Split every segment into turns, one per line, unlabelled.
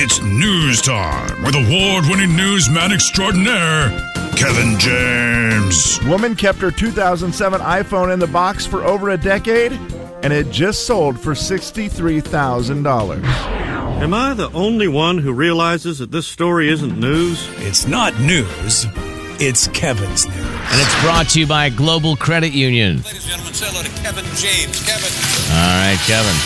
It's news time with award winning newsman extraordinaire, Kevin James.
Woman kept her 2007 iPhone in the box for over a decade, and it just sold for $63,000.
Am I the only one who realizes that this story isn't news?
It's not news, it's Kevin's news.
And it's brought to you by Global Credit Union.
Ladies and gentlemen, say hello to Kevin James. Kevin.
All right, Kevin.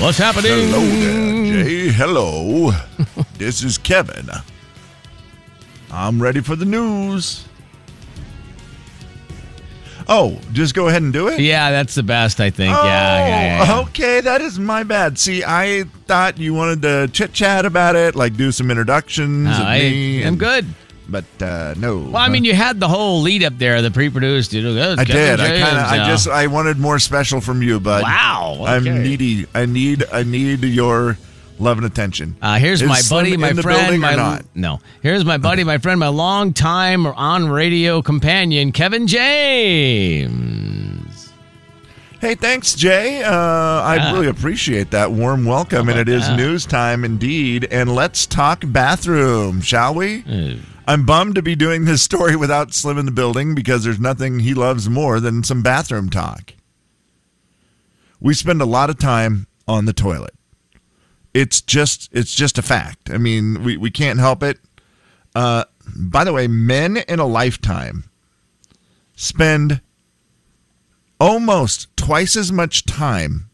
What's happening?
Jay. Hello. this is Kevin. I'm ready for the news. Oh, just go ahead and do it?
Yeah, that's the best, I think.
Oh,
yeah, yeah, yeah, yeah.
okay. That is my bad. See, I thought you wanted to chit chat about it, like do some introductions.
No,
of
I
me
am
and-
Uh, good.
but uh, no.
Well, I mean, you had the whole lead up there, the pre-produced. You know,
I did. I kind of. I just. I wanted more special from you, bud.
uh, Wow.
I'm
okay.
needy. I need. I need your love and attention.
Uh, here's
Is
my
Slim
buddy, my
in the
friend,
building
my
or not?
no. Here's my buddy, my friend, my longtime on radio companion, Kevin James.
Hey, thanks, Jay. Uh, I really appreciate that warm welcome, and it is news time indeed. And let's talk bathroom, shall we? I'm bummed to be doing this story without Slim in the building because there's nothing he loves more than some bathroom talk. We spend a lot of time on the toilet. It's just it's just a fact. I mean, we, we can't help it. Uh, by the way, men in a lifetime spend almost twice as much time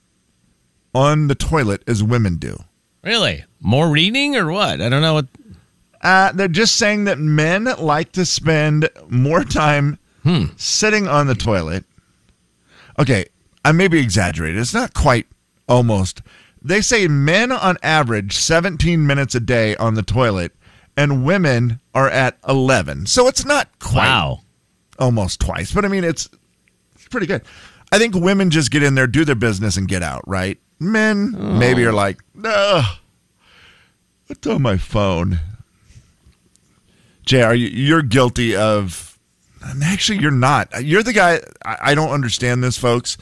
on the toilet as women do.
Really? More reading or what? I don't know what.
Uh, they're just saying that men like to spend more time sitting on the toilet. Okay, I may be exaggerating. It's not quite almost. They say men on average 17 minutes a day on the toilet, and women are at 11. So it's not quite
Wow.
almost twice, but I mean it's it's pretty good. I think women just get in there, do their business, and get out. Right? Men maybe are like, no, it's on my phone. Jay, are you, you're guilty of? and Actually, you're not. You're the guy. I, I don't understand this, folks.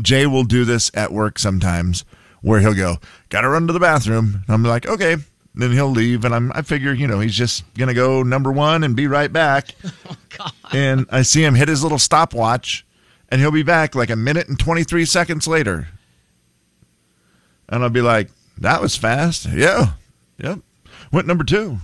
Jay will do this at work sometimes, where he'll go, "Gotta run to the bathroom." And I'm like, "Okay." Then he'll leave, and I'm. I figure, you know, he's just gonna go number one and be right back and I see him hit his little stopwatch, and he'll be back like a minute and 23 seconds later. And I'll be like, that was fast. Yeah. Yep. Went number two.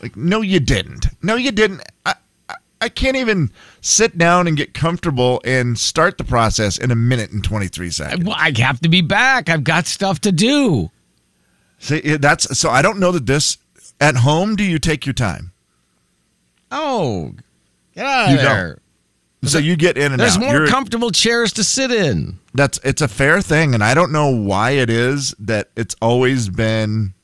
like, no, you didn't. No, you didn't. I, I, I can't even sit down and get comfortable and start the process in a minute and 23
I,
seconds.
well, I have to be back. I've got stuff to do.
See, yeah, that's so I don't know that this at home, do you take your time?
Oh, get out of
You don't.
there.
So you get in and
There's
out.
more
You're-
comfortable chairs to sit in.
that's it's a fair thing and i don't know why it is that it's always been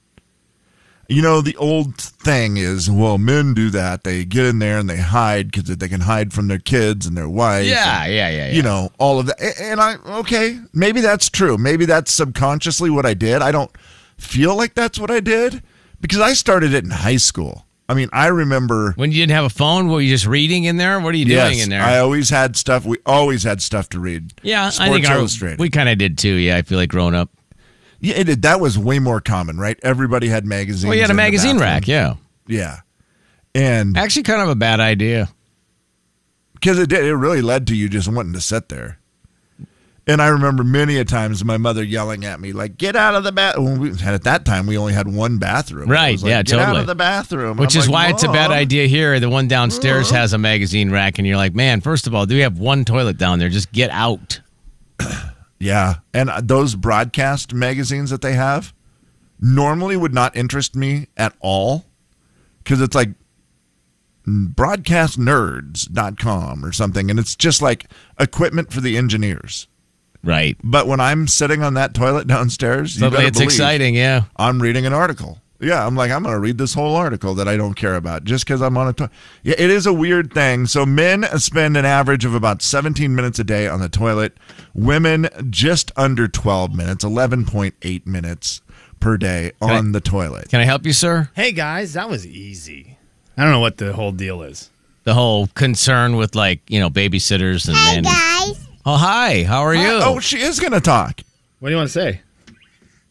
you know the old thing is well men do that they get in there and they hide because they can hide from their kids and their wives
Yeah,
and,
yeah, yeah, yeah.
you know all of that A- and i okay maybe that's true maybe that's subconsciously what i did i don't feel like that's what i did because i started it in high school i mean i remember
When you didn't have a phone, were you just reading in there? What are you doing in there?
i always had stuff we always had stuff to read
yeah,
Sports
I think our,
Illustrated.
we kind of did too. Yeah, I feel like growing up.
Yeah, it, it- that was way more common, right? Everybody had magazines.
Well, you had a
in the
magazine
bathroom.
rack. Yeah,
Yeah. And
actually, kind of a bad idea.
because it did, it really led to you just wanting to sit there. And I remember many a times my mother yelling at me, like, get out of the bathroom. At that time, we only had one bathroom.
Right,
It was like,
yeah,
get out
totally.
of the bathroom.
Which
I'm
is
like,
why it's a bad
"Mom."
idea here. The one downstairs has a magazine rack, and you're like, man, first of all, do we have one toilet down there? Just get out.
Yeah. And uh, those broadcast magazines that they have normally would not interest me at all because it's like broadcastnerds.com or something. And it's just like equipment for the engineers.
Right.
But when I'm sitting on that toilet downstairs, you
Suddenly
better
it's
believe
exciting. Yeah.
I'm reading an article. Yeah, I'm like, I'm going to read this whole article that I don't care about just because I'm on a toilet. Yeah, it is a weird thing. So men spend an average of about 17 minutes a day on the toilet. Women just under 12 minutes, 11.8 minutes per day on the toilet.
Can I help you, sir?
Hey guys, that was easy. I don't know what the whole deal is.
The whole concern with like you know babysitters and man.
guys.
Oh hi, how are you?
Oh, she is going to talk.
What do you want to say?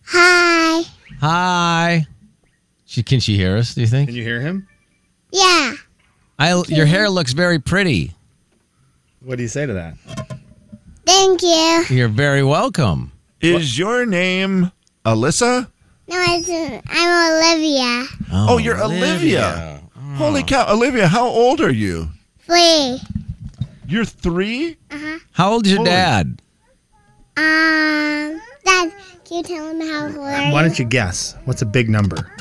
Hi.
hi. Hi. She can she hear us? Do you think?
Can you hear him?
Yeah.
I your hair looks very pretty.
What do you say to that?
Thank you.
You're very welcome.
Is your name Alyssa?
No, it's, I'm Olivia.
Oh, you're Olivia. Holy cow,
Oh.
Olivia! How old are you?
Three.
You're three.
How old's your
Holy-
dad?
Um, Dad, can you tell him how old are
Why
you?
don't you guess? What's a big number?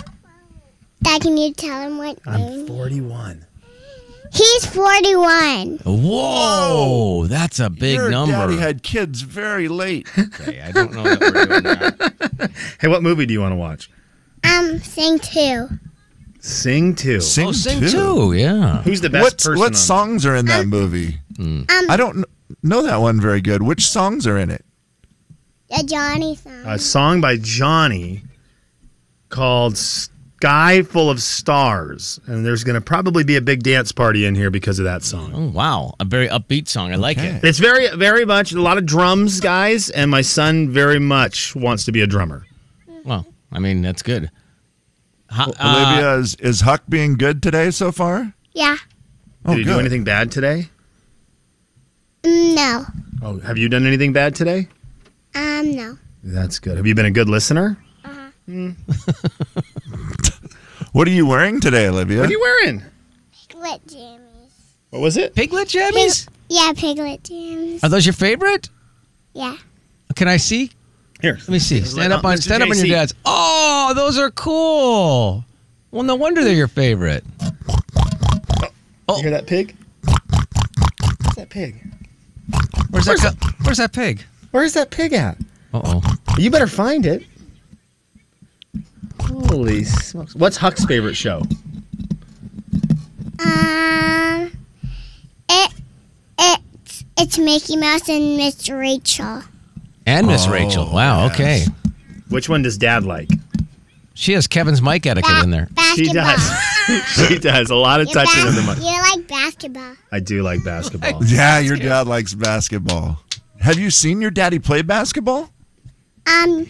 Dad, can you tell him what
I'm
name?
41.
He's 41.
Whoa, that's a big
your
number.
Daddy had kids very late.
Okay, I don't know that we're doing that.
Hey, what movie do you want to watch?
Um, sing two.
Sing 2.
Oh, sing too, yeah.
Who's the best
What
person?
what
on-
songs are in that movie?
Um,
I don't kn- know that one very good. Which songs are in it?
A Johnny song.
A song by Johnny called Sky Full of Stars. And there's going to probably be a big dance party in here because of that song.
Oh, wow. A very upbeat song. I like it.
It's very, very much a lot of drums, guys. And my son very much wants to be a drummer.
Well, I mean, that's good. Ho- uh,
Olivia, is, is Huck being good today so far? Oh,
yeah.
Did he do
good.
anything bad today?
Mm, No.
Oh, have you done anything bad today?
Um, no.
That's good. Have you been a good listener?
What are you wearing today, Olivia?
What are you wearing?
Piglet jammies.
What was it?
Piglet jammies?
Yeah, piglet jammies.
Are those your favorite?
Yeah.
Can I see?
Here.
Let me see. Stand up on
Mr.
stand up on your
JC.
dad's. Oh, those are cool. Well, no wonder they're your favorite.
You hear that pig? Where's that pig?
Where's that? co- Where's that pig?
Where's that pig at?
Uh oh.
You better find it. Holy smokes. What's Huck's favorite show?
Um, it, it's, it's Mickey Mouse and Miss Rachel.
And Miss Rachel. Wow. Okay.
Which one does dad like?
She has Kevin's mic etiquette in there.
Basketball.
She does. she does. A lot of
You,
touching of the
bas-
mic.
you like basketball.
I do like basketball.
yeah, your dad likes basketball. Have you seen your daddy play basketball?
Um,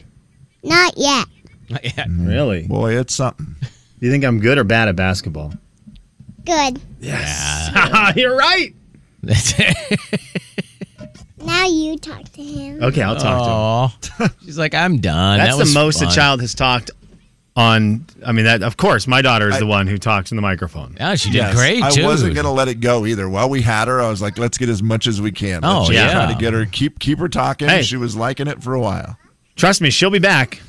not yet.
Yeah.
Really? Do
Boy, it's something.
you think I'm good or bad at basketball?
Good.
You're right.
Now you talk to him.
Okay, I'll talk to him.
Aw. She's like, I'm done.
That's
That was
the most
fun.
a child has talked on. I mean, that of course, my daughter is the one who talks in the microphone.
Yeah, she did
Yes.
great
I
too.
wasn't gonna let it go either. While we had her, I was like, "Let's get as much as we can." Let's
Oh,
just
yeah.
try to get her keep keep her talking.
Hey.
She was liking it for a while.
Trust me, she'll be back.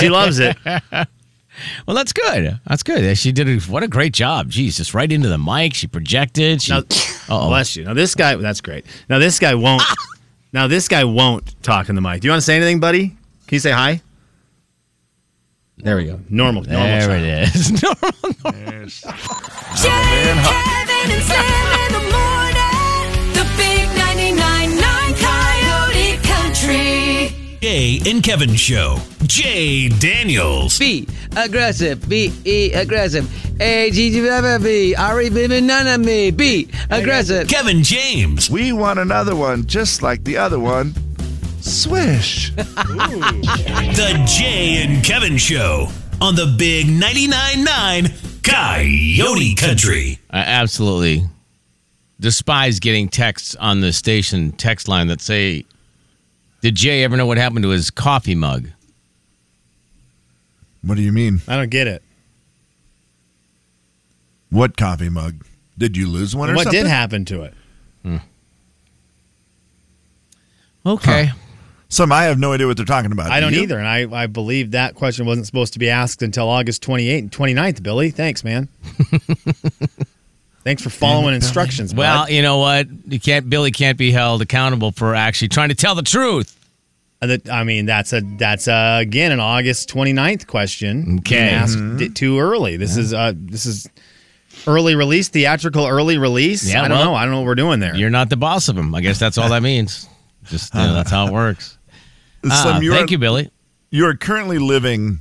she loves it.
Well, that's good. That's good. She did. A, what a great job. Jeez, just right into the mic. She projected. She,
Now, Oh, bless you. Now this guy, that's great. Now this guy won't.
Ah!
now this guy won't talk in the mic. Do you want to say anything, buddy? Can you say hi? There we go. Normal. normal
there
child.
it is. Normal.
Jay, Kevin, and Slim in the morning. The big 99.9 Coyote Country.
Jay and Kevin Show. Jay Daniels.
Be aggressive. Be e aggressive. A G G B R E B B none of me. Be aggressive.
Kevin James.
We want another one, just like the other one. Swish.
The Jay and Kevin Show on the Big 99.9 Coyote Country.
I absolutely despise getting texts on the station text line that say, "Did Jay ever know what happened to his coffee mug?"
what do you mean?
I don't get it.
What coffee mug? Did you lose one or
what
something?
did happen to it?
Okay.
Some I have no idea what they're talking about.
I don't
You?
either. And I, I believe that question wasn't supposed to be asked until August 28th and 29th, Billy. Thanks, man. Thanks for following instructions.
Well,
bud.
you know what? You can't. Billy can't be held accountable for actually trying to tell the truth.
Uh, that- I mean, that's a that's uh again an August 29th question.
Okay.
Being asked
Mm-hmm.
it too early. This is uh this is early release, theatrical early release.
Yeah,
I don't
well,
know. I don't know what we're doing there.
You're not the boss of him. I guess that's all that means. Just you know, that's how it works.
Slim,
Ah,
you
thank
are,
you, Billy.
you are currently living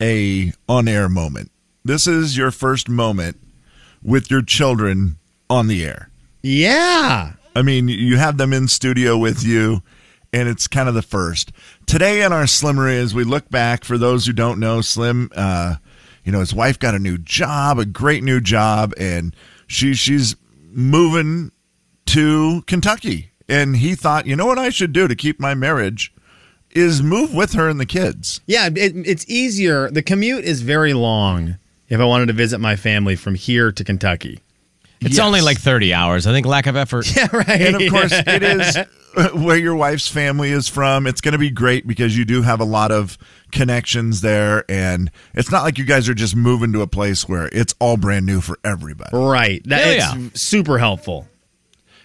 a on-air moment. This is your first moment with your children on the air.
Yeah.
I mean, you have them in studio with you, and it's kind of the first. Today in our Slimmer is we look back for those who don't know Slim. Uh, you know his wife got a new job, a great new job, and she she's moving to Kentucky. And he thought, you know what I should do to keep my marriage is move with her and the kids.
Yeah, it, it's easier. The commute is very long if I wanted to visit my family from here to Kentucky.
It's only like 30 hours. I think lack of effort.
Yeah, right.
And of course, it is uh, where your wife's family is from. It's going to be great because you do have a lot of connections there. And it's not like you guys are just moving to a place where it's all brand new for everybody.
right. That
Hell
it's
yeah.
super helpful.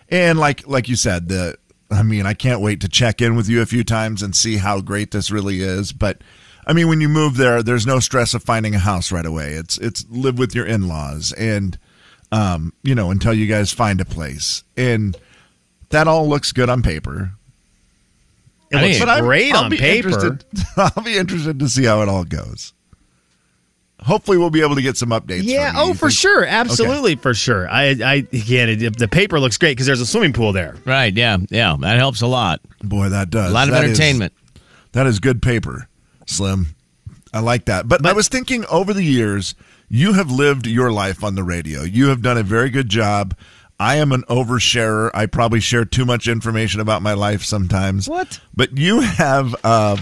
And like like you said, the I mean, I can't wait to check in with you a few times and see how great this really is. But I mean, when you move there, there's no stress of finding a house right away. It's it's live with your in laws and um, you know, until you guys find a place. And that all looks good on paper.
It
I
looks
mean-
I'm-
great
I'll
on
be
paper.
interested- I'll be interested to see how it all goes. Hopefully, we'll be able to get some updates.
Yeah.
from you.
Oh, for sure. Absolutely, for sure. I, I again, it, the paper looks great because there's a swimming pool there.
Right. Yeah. Yeah. That helps a lot.
Boy, that does
A lot of
That is-
entertainment.
that is good paper, Slim. I like that. But, I was thinking over the years, you have lived your life on the radio. You have done a very good job. I am an oversharer. I probably share too much information about my life sometimes.
What?
But you have. Uh,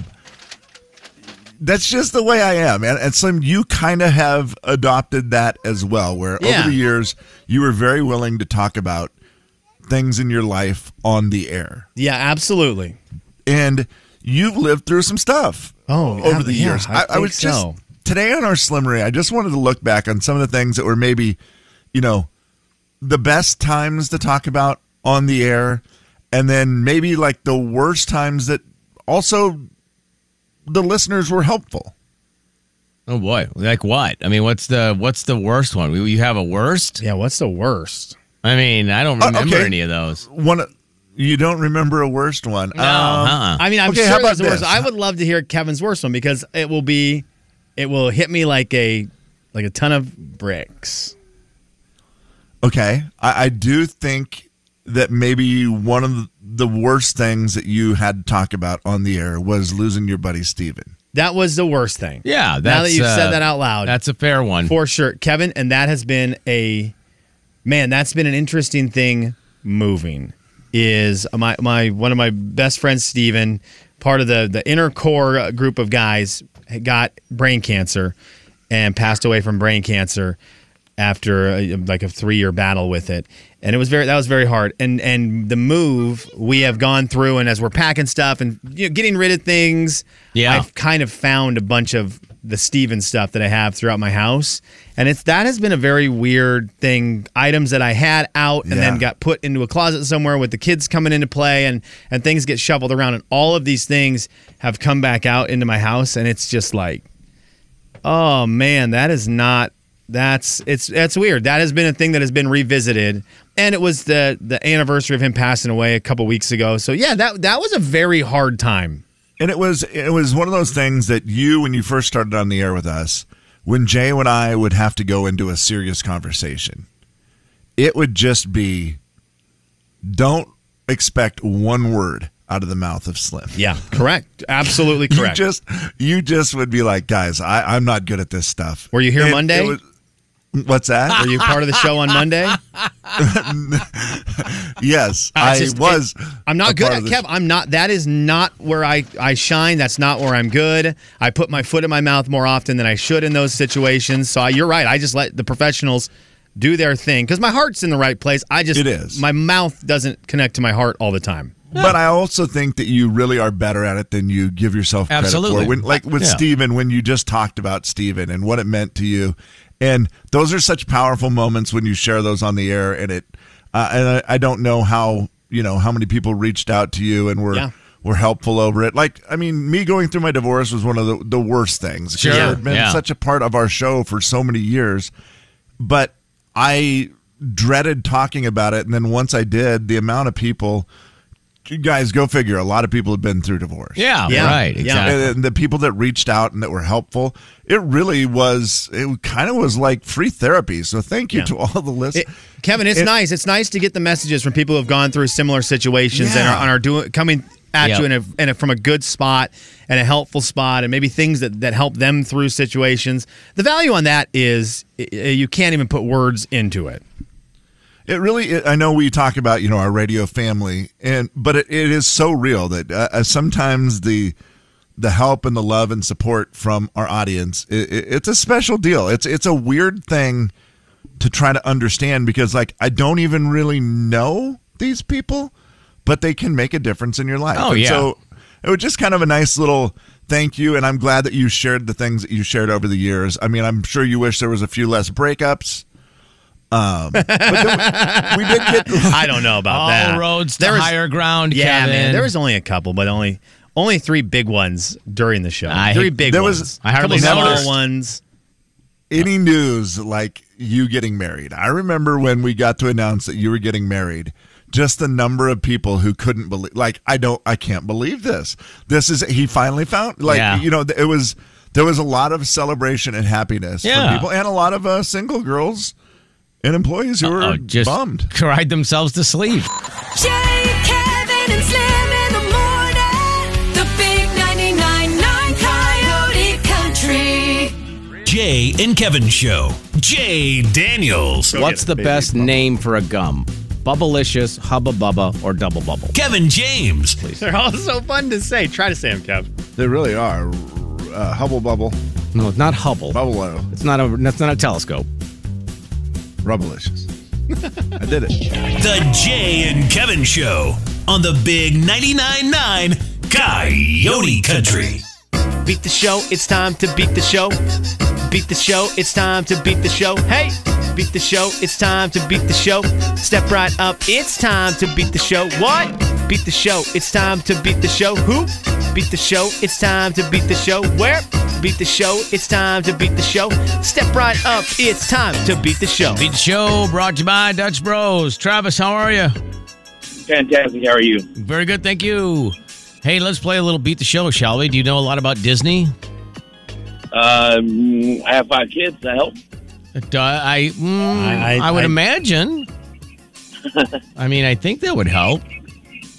that's just the way I am. And, and Slim, you kind of have adopted that as well, where
Yeah.
over the years, you were very willing to talk about things in your life on the air
Yeah, absolutely.
and you've lived through some stuff.
Oh,
over the
yeah,
years,
I think
was just
so.
today on our slimmery. I just wanted to look back on some of the things that were maybe, you know, the best times to talk about on the air, and then maybe like the worst times that also the listeners were helpful.
Oh boy. Like what? I mean, what's the what's the worst one? You have a worst?
Yeah. What's the worst?
I mean, I don't
Uh,
remember
okay.
any of those.
One, you don't remember a worst one?
Oh,
Um,
No. uh-uh.
I mean, I'm
Okay,
sure
how about
there's a worst.
this?
I would love to hear Kevin's worst one because it will be, it will hit me like a, like a ton of bricks.
Okay. I, I do think that maybe one of the worst things that you had to talk about on the air was losing your buddy Steven.
That was the worst thing.
yeah. That's,
now that you've
uh,
said that out loud,
That's a fair one.
for sure, Kevin. And that has been a man. That's been an interesting thing. Moving is my my one of my best friends, Steven, part of the the inner core uh, group of guys, had got brain cancer and passed away from brain cancer after a, like a three year battle with it. And it was very that was very hard. And and the move we have gone through, and as we're packing stuff and you know getting rid of things,
Yeah.
I've kind of found a bunch of the Steven stuff that I have throughout my house. And it's that has been a very weird thing. Items that I had out and then
Yeah.
got put into a closet somewhere with the kids coming into play and and things get shoveled around and all of these things have come back out into my house and it's just like oh man, that is not that's it's that's weird. That has been a thing that has been revisited and it was the the anniversary of him passing away a couple weeks ago. So yeah, that that was a very hard time.
And it was it was one of those things that you when you first started on the air with us, when Jay and I would have to go into a serious conversation, it would just be don't expect one word out of the mouth of Slim.
Yeah, correct. Absolutely correct.
You just you just would be like, guys, I, I'm not good at this stuff.
Were you here Monday?
it what's that?
Were you part of the show on Monday?
Yes,
I
I,
just-
was. a
I'm not good
part
at
of the-
Kev. I'm not. That is not where I I shine. That's not where I'm good. I put my foot in my mouth more often than I should in those situations. So I, you're right. I just let the professionals do their thing because my heart's in the right place. I just
It is.
My mouth doesn't connect to my heart all the time.
But I also think that you really are better at it than you give yourself credit
Absolutely.
for. When, like with
Yeah.
Steven, when you just talked about Steven and what it meant to you. And those are such powerful moments when you share those on the air. And it, uh, and I, I don't know how, you know, how many people reached out to you and were,
Yeah.
were helpful over it. Like, I mean, me going through my divorce was one of the, the worst things. 'Cause
Sure.
it had been
Yeah.
such a part of our show for so many years. but I dreaded talking about it. And then once I did, the amount of people, you guys, go figure, a lot of people have been through divorce.
yeah,
Yeah.
Right.
Yeah.
Exactly.
And the people that reached out and that were helpful, it really was, it kind of was like free therapy. So thank you
Yeah.
to all the listeners.
It- Kevin, it's
It-
nice. It's nice to get the messages from people who've gone through similar situations and
Yeah.
are, and are doing coming at
Yep.
you in a, in a from a good spot and a helpful spot, and maybe things that that help them through situations. The value on that is i- i- you can't even put words into it.
It really, it, I know we talk about you know our radio family, and but it, it is so real that uh, uh, sometimes the the help and the love and support from our audience, i i it's a special deal. It's it's a weird thing to try to understand because like I don't even really know these people, but they can make a difference in your life.
Oh,
And
yeah.
So it was just kind of a nice little thank you, and I'm glad that you shared the things that you shared over the years. I mean, I'm sure you wish there was a few less breakups. Um, but then we, we did get.
I don't know about
All
that.
roads to
There was-
higher ground,
Yeah,
Kevin.
man. There was only a couple, but only only three big ones during the show.
I
three
hate-
big
there
ones.
was-
I
couple
hardly
small
noticed.
ones.
any news like you getting married. I remember when we got to announce that you were getting married, just the number of people who couldn't believe like I don't I can't believe this. This is he finally found like
Yeah.
you know th- it was there was a lot of celebration and happiness
Yeah.
from people and a lot of uh, single girls and employees who
Uh-oh,
were
Uh, just
bummed.
cried themselves to sleep.
Jay, Kevin, and Slim in the morning. The big 99.9 Coyote Country.
Jay and Kevin Show. Jay Daniels.
What's the best name for a gum? Bubblicious, Hubba Bubba, or Double Bubble?
Kevin James.
They're all so fun to say. Try to say them, Kev.
They really are. Uh, hubble bubble,
No, it's not Hubble.
bubble, uh,
It's not a. That's not a telescope.
rubblicious. I did it.
The Jay and Kevin Show on the Big 99.9 9 Coyote Country.
Beat the show, it's time to beat the show. Beat the show, it's time to beat the show. Hey! Beat the show, it's time to beat the show. Step right up, it's time to beat the show. What? Beat the show, it's time to beat the show. Who? Beat the show, it's time to beat the show. Where? Beat the show, it's time to beat the show. Step right up, it's time to beat the show.
Big show brought to you by Dutch Bros. Travis, how are you?
Fantastic, how are you?
Very good, thank you. Hey, let's play a little beat the show, shall we? Do you know a lot about Disney?
Um, I have five kids, I help.
Do I, I, mm,
I-
I,
I-
would
I-
imagine. I mean, I think that would help.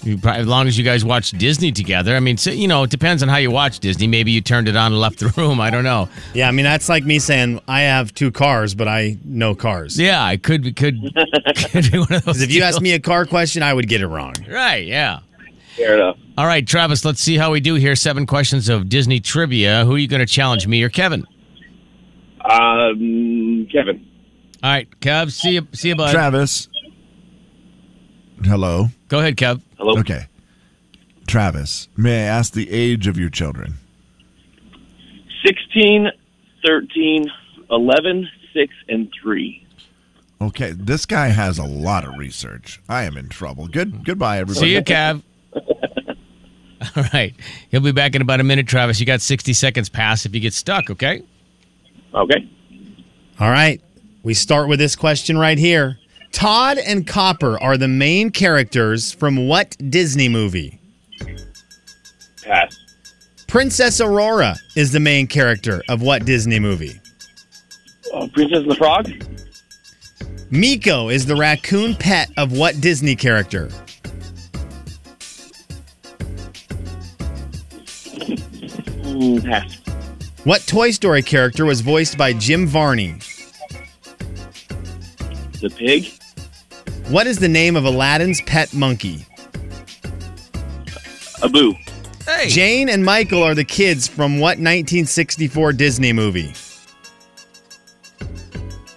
You probably, as long as you guys watch Disney together. I mean, so, you know, it depends on how you watch Disney. Maybe you turned it on and left the room. I don't know.
Yeah, I mean that's like me saying I have two cars, but I know cars.
Yeah, I could could, could be one of those.
Because if you ask
deals.
me a car question, I would get it wrong.
right? Yeah.
Fair enough.
All right, Travis. Let's see how we do here. Seven questions of Disney trivia. Who are you going to challenge, me or Kevin?
Um, Kevin.
All right, Kev. See you. See you, bud.
Travis. Hello.
Go ahead, Kev.
Hello?
Okay. Travis, may I ask the age of your children?
16, 13, 11, 6, and 3.
Okay, this guy has a lot of research. I am in trouble. Good goodbye everybody.
See you, Kev. All right. He'll be back in about a minute, Travis. You got 60 seconds pass if you get stuck, okay?
Okay.
All right, we start with this question right here. Todd and Copper are the main characters from what Disney movie?
Pass.
Princess Aurora is the main character of what Disney movie?
Oh, Princess and the Frog?
Miko is the raccoon pet of what Disney character?
Mm, pass.
What Toy Story character was voiced by Jim Varney?
The Pig?
What is the name of Aladdin's pet monkey?
Abu.
Hey.
Jane and Michael are the kids from what 1964 Disney movie?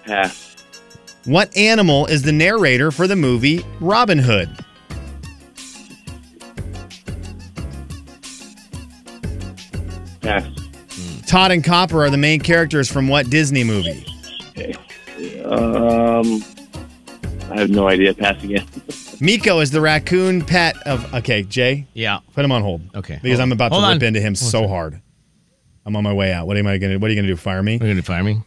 Pass.
What animal is the narrator for the movie Robin Hood?
Pass.
Todd and Copper are the main characters from what Disney movie?
Um, I have no idea. Pass again.
Miko is the raccoon pet of. Okay, Jay,
yeah.
put him on hold.
Okay,
Because
hold-
I'm about to
hold
rip
on.
into him so hard. I'm on my way out. What am I gonna? What are you gonna do? Fire me?
We're going to fire me.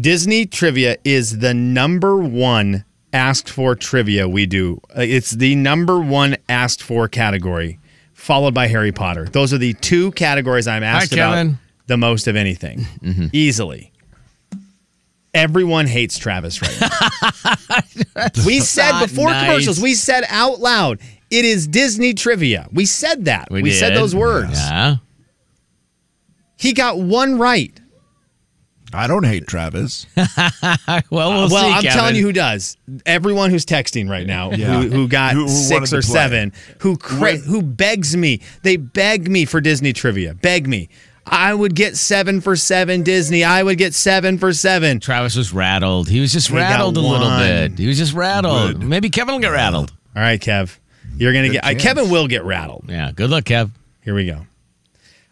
Disney trivia is the number one asked for trivia we do. Uh, It's the number one asked for category, followed by Harry Potter. Those are the two categories I'm asked about
Kevin.
the most of anything,
Mm-hmm.
easily. Everyone hates Travis right now. we said
not
before
nice.
commercials, we said out loud, It is Disney trivia. We said that. We, said
did.
those words.
Yeah.
He got one right.
I don't hate Travis.
well, we'll,
Uh, Well,
see,
I'm
Kevin.
telling you who does. Everyone who's texting right now,
Yeah.
who, who got
Who- who
six
wanted
or
to play.
seven, who cra- who begs me. They beg me for Disney trivia. Beg me. I would get seven for seven Disney. I would get seven for seven.
Travis was rattled. He was just
got
rattled a little
one.
bit. He was just rattled. Maybe Kevin will get rattled.
All right, Kev. You're gonna get. I,
chance.
Kevin will get rattled.
Yeah. Good luck, Kev.
Here we go.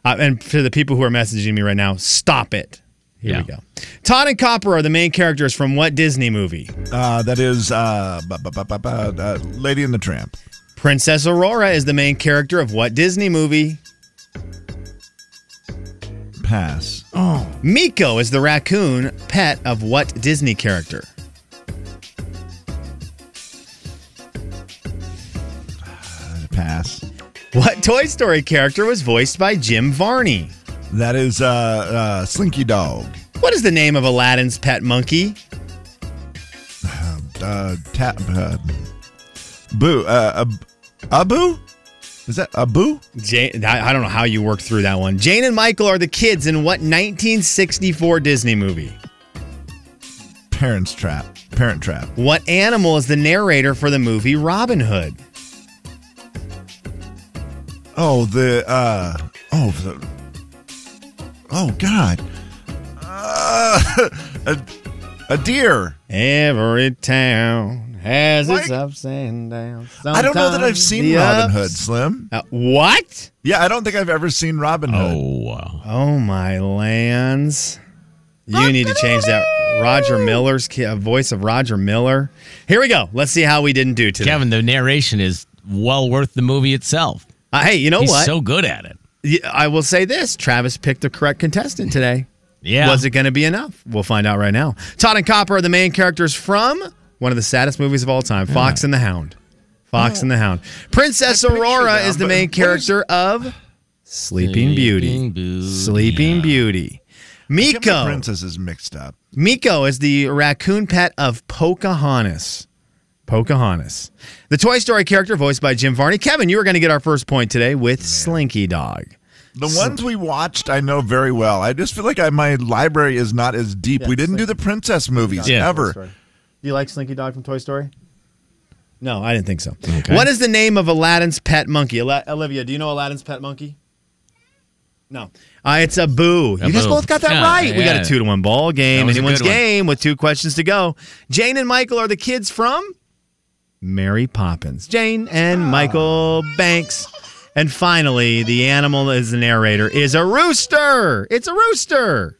Uh, and for the people who are messaging me right now, stop it. Here we
Yeah.
go. Todd and Copper are the main characters from what Disney movie?
Uh, that is uh, bu- bu- bu- bu- bu- uh, Lady and the Tramp.
Princess Aurora is the main character of what Disney movie?
Pass.
Miko is the raccoon pet of what Disney character?
Pass.
What Toy Story character was voiced by Jim Varney?
That is uh, uh, Slinky Dog.
What is the name of Aladdin's pet monkey?
Uh, ta- uh, boo. Uh, ab- Abu? Is that Abu?
Jane, I I don't know how you worked through that one. Jane and Michael are the kids in what 1964 Disney movie?
Parents Trap. Parent Trap.
What animal is the narrator for the movie Robin Hood?
Oh, the. Uh, oh, the. Oh, God. Uh, a, a deer.
Every town has
Like-
its ups and downs.
I don't know that I've
Sometimes
seen
the
Robin
ups-
Hood, Slim.
Uh, what?
Yeah, I don't think I've ever seen Robin Hood.
Oh, wow.
Oh my lands! You need to change that. Roger Miller's ki- uh, voice of Roger Miller. Here we go. Let's see how we didn't do today.
Kevin, the narration is well worth the movie itself.
Uh, hey, you know
He's
what?
so good at it.
Y- I will say this: Travis picked the correct contestant today.
Yeah.
Was it going to be enough? We'll find out right now. Todd and Copper are the main characters from one of the saddest movies of all time, Fox and the Hound. Fox
Oh.
and the Hound. Princess Aurora
them,
is the
but
main
what is-
character of Sleeping Beauty.
Sleeping Beauty,
Sleeping Beauty.
Get my
Miko.
Princess is mixed up.
Miko is the raccoon pet of Pocahontas. Pocahontas. The Toy Story character voiced by Jim Varney. Kevin, you are going to get our first point today with Slinky Dog.
The ones we watched, I know very well. I just feel like I, my library is not as deep. we didn't do the princess movies
Yeah.
ever.
Do you like Slinky Dog from Toy Story? No, I didn't think so. What is the name of Aladdin's pet monkey? Ala- Olivia, do you know Aladdin's pet monkey? No. Uh, it's a boo. you guys
Abu.
both got that
Yeah,
right. We got
yeah.
a two to one ball
That
game.
was a
Anyone's
good one.
game with two questions to go. Jane and Michael are the kids from Mary Poppins. Jane and
Ah.
Michael Banks. And finally, the animal that is the narrator is a rooster. It's a rooster.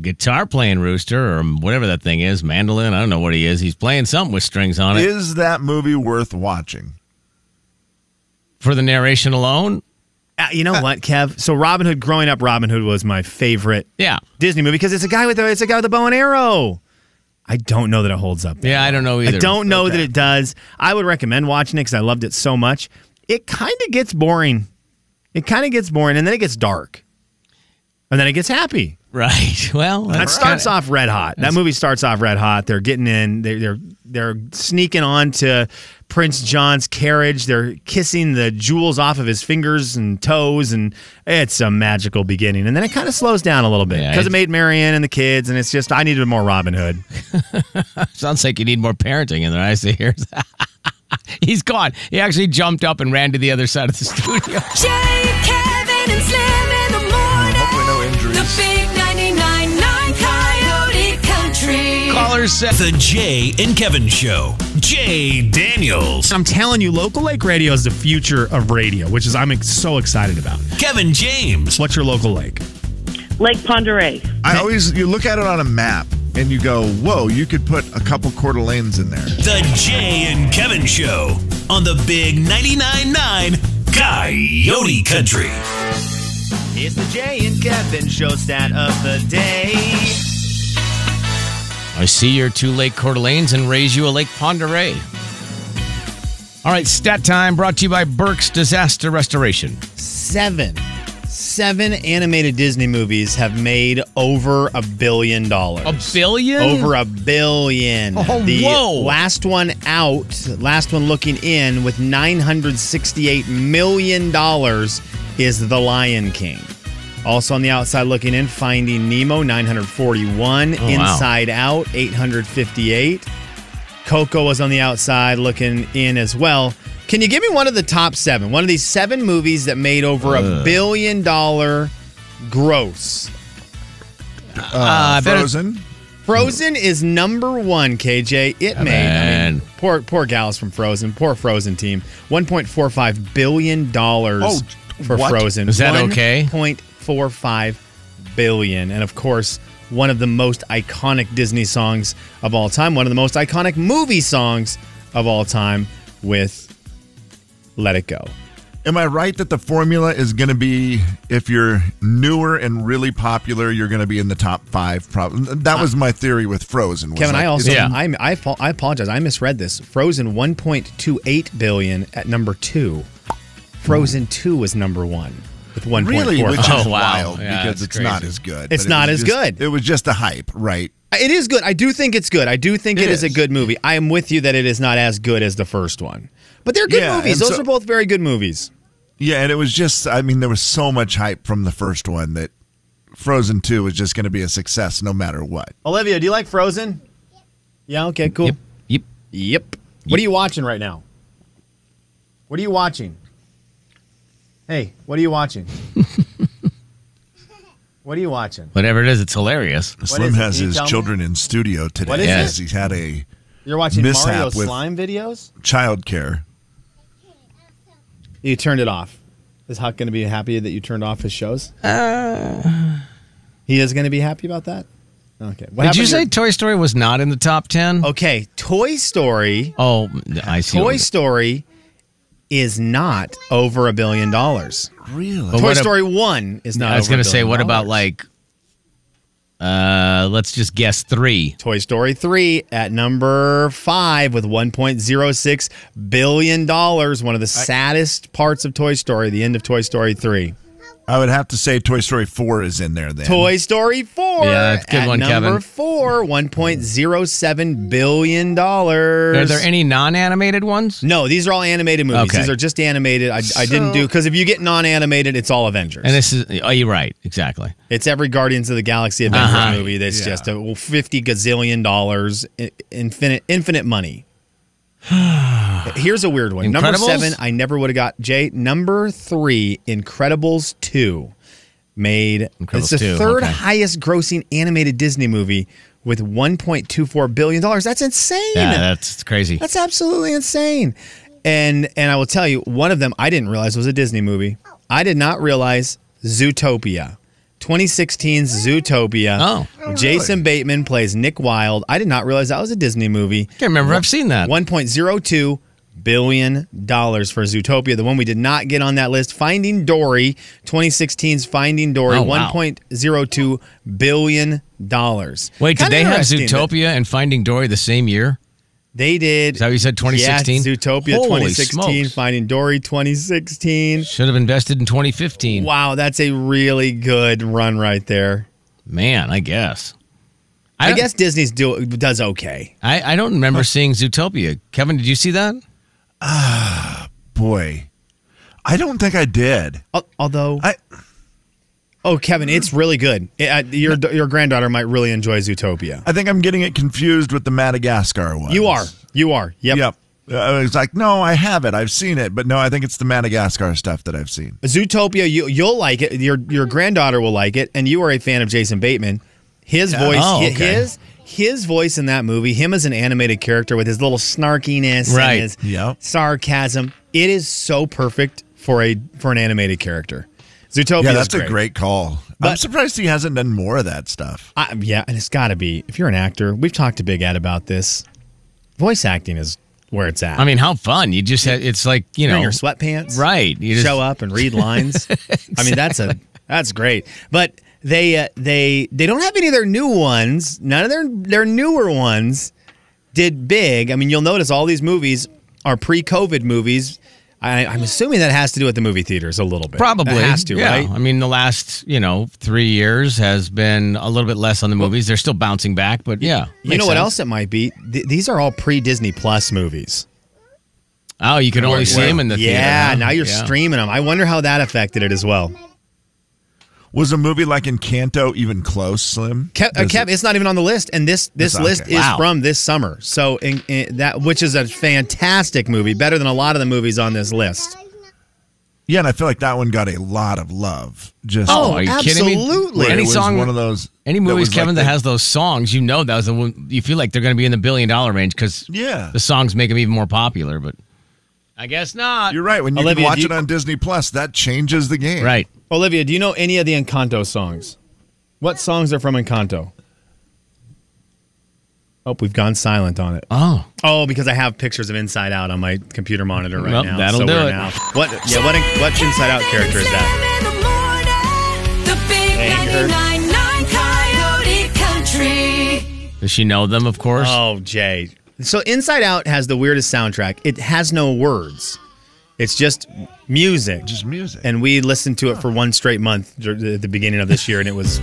guitar playing rooster or whatever that thing is, mandolin. I don't know what he is. He's playing something with strings on it.
Is that movie worth watching?
For the narration alone,
Uh, you know what, Kev? So Robin Hood, growing up, Robin Hood was my favorite
yeah,
Disney movie because it's a guy with a, it's a guy with a bow and arrow. I don't know that it holds up.
yeah. I don't know either.
I don't know that it does. I would recommend watching it because I loved it so much. It kind of gets boring. It kind of gets boring, and then it gets dark, and then it gets happy.
Right. Well,
That
that's
starts
kinda-
off red hot. That movie starts off red hot. They're getting in. They're they're they're sneaking on to Prince John's carriage. They're kissing the jewels off of his fingers and toes, and it's a magical beginning. And then it kind of slows down a little bit
Yeah,
because
it's-
it made Marianne and the kids, and it's just I needed more Robin Hood.
Sounds like you need more parenting in there. I see here. He's gone. He actually jumped up and ran to the other side of the studio.
Jay, Kevin, and Slim in the morning.
Hopefully, no
The
injuries.
big 99.9 Coyote Country.
Caller said,
The Jay and Kevin Show. Jay Daniels.
I'm telling you, local lake radio is the future of radio, which is I'm ex- so excited about.
Kevin James.
What's your local lake?
Lake Ponderay.
I always you look at it on a map and you go, "Whoa, you could put a couple quarter lanes in there."
The Jay and Kevin Show on the Big 99.9 Coyote Country.
It's the Jay and Kevin show stat of the day.
I see your two Lake Coeur d'Alenes and raise you a Lake Ponderay. All right, stat time brought to you by Burke's Disaster Restoration.
Seven, seven Seven animated Disney movies have made over a billion dollars.
A billion? Uh,
Over a billion.
Oh,
the
whoa.
last one out, last one looking in with $968 million is The Lion King. Also on the outside looking in, Finding Nemo, 941.
Oh, wow.
Inside Out, 858. Coco was on the outside looking in as well. Can you give me one of the top seven? One of these seven movies that made over a
Ugh.
billion dollar gross.
I bet it-
Frozen.
Frozen is number one, KJ. It
Come
made. I
on.
mean, poor poor gals from Frozen. Poor Frozen team. One point four five billion dollars
Oh,
for
what?
Frozen.
Is that okay?
Point four five billion, and of course, one of the most iconic Disney songs of all time. One of the most iconic movie songs of all time with "Let It Go."
Am I right that the formula is going to be if you're newer and really popular, you're going to be in the top five? Probably. That was my theory with Frozen. was
Kevin,
like,
I also
Yeah.
I, I apo- I apologize. I misread this. Frozen 1.28 billion at number two. Frozen two was number one with 1.4.
really, which is
Oh, wow.
wild
Yeah,
because
that's
it's not
crazy.
as good.
It's
but it
not
was
as
just-
good.
It was just a hype, right?
Oh. it is good. I do think it's good. I do think
It
it is. a
is.
good movie. I am with you that it is not as good as the first one, but they're good
Yeah, and
movies. Those
so-
are both very good movies.
Yeah, and it was just, I mean, there was so much hype from the first one that Frozen 2 was just going to be a success no matter what.
Olivia, do you like Frozen? Yeah. Okay. Cool.
Yep. Yep.
Yep. What are you watching right now? What are you watching? Hey, what are you watching? what are you watching?
Whatever it is, it's hilarious.
Slim
is it?
has
Can you
his
tell me?
children in studio today
What is
because
it?
he's had a
You're watching
Mishap
Mario
with-
slime videos?
child care.
You turned it off. Is Huck going to be happy that you turned off his shows? Uh, he is going to be happy about that? Okay. What
Did you
happened
say
to-
Toy Story was not in the top 10?
okay, Toy Story.
Oh, I see.
Toy
what-
Story is not over a billion dollars.
Really?
But
Toy
what ab-
Story 1 is not
I was
going to
say, what about like, uh, let's just guess three.
Toy Story 3 at number 5 with 1.06 billion dollars, one of the saddest parts of Toy Story, the end of Toy Story 3.
I would have to say Toy Story 4 is in there then.
Toy Story 4.
Yeah, that's a good
at
one,
number
Kevin.
4, $1.07 billion. dollars.
Are there any non-animated ones?
No, these are all animated movies.
Okay.
These are just animated. I, I didn't do, because if you get non animated, it's all Avengers.
And this is, oh, you're right, exactly.
It's every Guardians of the Galaxy Avengers
Uh-huh.
movie that's just a well, fifty gazillion dollars, i- infinite, infinite money. Here's a weird one. Number
Incredibles?
seven, I never would have got Jay. Number three, Incredibles two, made.
Incredibles
it's the
2,
third
okay.
highest grossing animated Disney movie with one point two four billion dollars. That's insane.
Yeah, that's crazy.
That's absolutely insane. And and I will tell you, one of them I didn't realize was a Disney movie. I did not realize Zootopia. 2016's Zootopia.
Oh. Oh,
Jason Bateman plays Nick Wilde. I did not realize that was a Disney movie.
I can't remember. I've seen that.
$1.02 billion dollars for Zootopia. The one we did not get on that list, Finding Dory, 2016's Finding Dory,
Oh, wow.
$1.02 billion dollars.
Wait, did
Kinda
they have
interesting that-
Zootopia and Finding Dory the same year?
they did.
Is that what you said, 2016?
Yeah, Zootopia
Holy
2016,
smokes.
Finding Dory 2016.
Should have invested in 2015.
Wow, that's a really good run right there.
Man, I guess.
I,
don't-
guess Disney's do does okay.
I, I don't remember seeing Zootopia. Kevin, did you see that?
Boy, I don't think I did.
Al- Although,
I
oh Kevin, it's really good. It- uh, your your granddaughter might really enjoy Zootopia.
I think I'm getting it confused with the Madagascar one.
You are, you are. Yep.
Yep. Uh, I was like, no, I have it. I've seen it, but no, I think it's the Madagascar stuff that I've seen.
Zootopia, you you'll like it. Your your granddaughter will like it, and you are a fan of Jason Bateman. His voice,
Oh,
hi-
okay.
his his voice in that movie, him as an animated character with his little snarkiness
Right.
and his
Yep.
sarcasm. It is so perfect for a for an animated character. Zootopia,
yeah,
is
that's
great.
a great call. I'm
But-
surprised he hasn't done more of that stuff.
I, yeah, and it's got to be. If you're an actor, we've talked to Big Ed about this. Voice acting is where it's at.
I mean, how fun. You just had, it's like, you
You're
know.
in your sweatpants,
Right. You just,
show up and read lines. I mean, that's a that's great. But they uh, they they don't have any of their new ones. None of their their newer ones did big. I mean, you'll notice all these movies are pre-COVID movies. I, I'm assuming that has to do with the movie theaters a little bit.
Probably
That has to,
yeah.
right?
I mean, the last you know three years has been a little bit less on the movies. They're still bouncing back, but yeah.
You know what else it might be? Th- these are all pre Disney Plus movies.
Oh, you can only
Where-
see them in the
yeah,
theater. huh?
now you're
Yeah.
streaming them. I wonder how that affected it as well.
Was a movie like Encanto even close, Slim?
Kev, uh,
Does
Kev, it's not even on the list, and this this
It's not-
list
okay.
is
Wow.
from this summer. So in, in that which is a fantastic movie, better than a lot of the movies on this list.
Yeah, and I feel like that one got a lot of love. Just
Oh, are you kidding me?
Where it
Any
was
song,
one of those.
any
that
movies,
was
Kevin,
like
that has those songs, you know, that was the one you feel like they're going to be in the billion dollar range because
Yeah.
the songs make them even more popular. But I guess not.
You're right. When you can
Olivia,
watch
do you-
it on Disney Plus, that changes the game.
right,
Olivia, do you know any of the Encanto songs? What songs are from Encanto? Oh, we've gone silent on it.
oh,
Oh, because I have pictures of Inside Out on my computer monitor right
Well,
now.
that'll
so
do
we're
it.
Now, what? Yeah, what? What Inside Out character is that?
The big
Thank her.
99.9 Coyote Country.
does she know them? Of course.
Oh, Jay. So Inside Out has the weirdest soundtrack. It has no words. It's just music.
Just music.
And we listened to it for one straight month dur- at the beginning of this year, and it was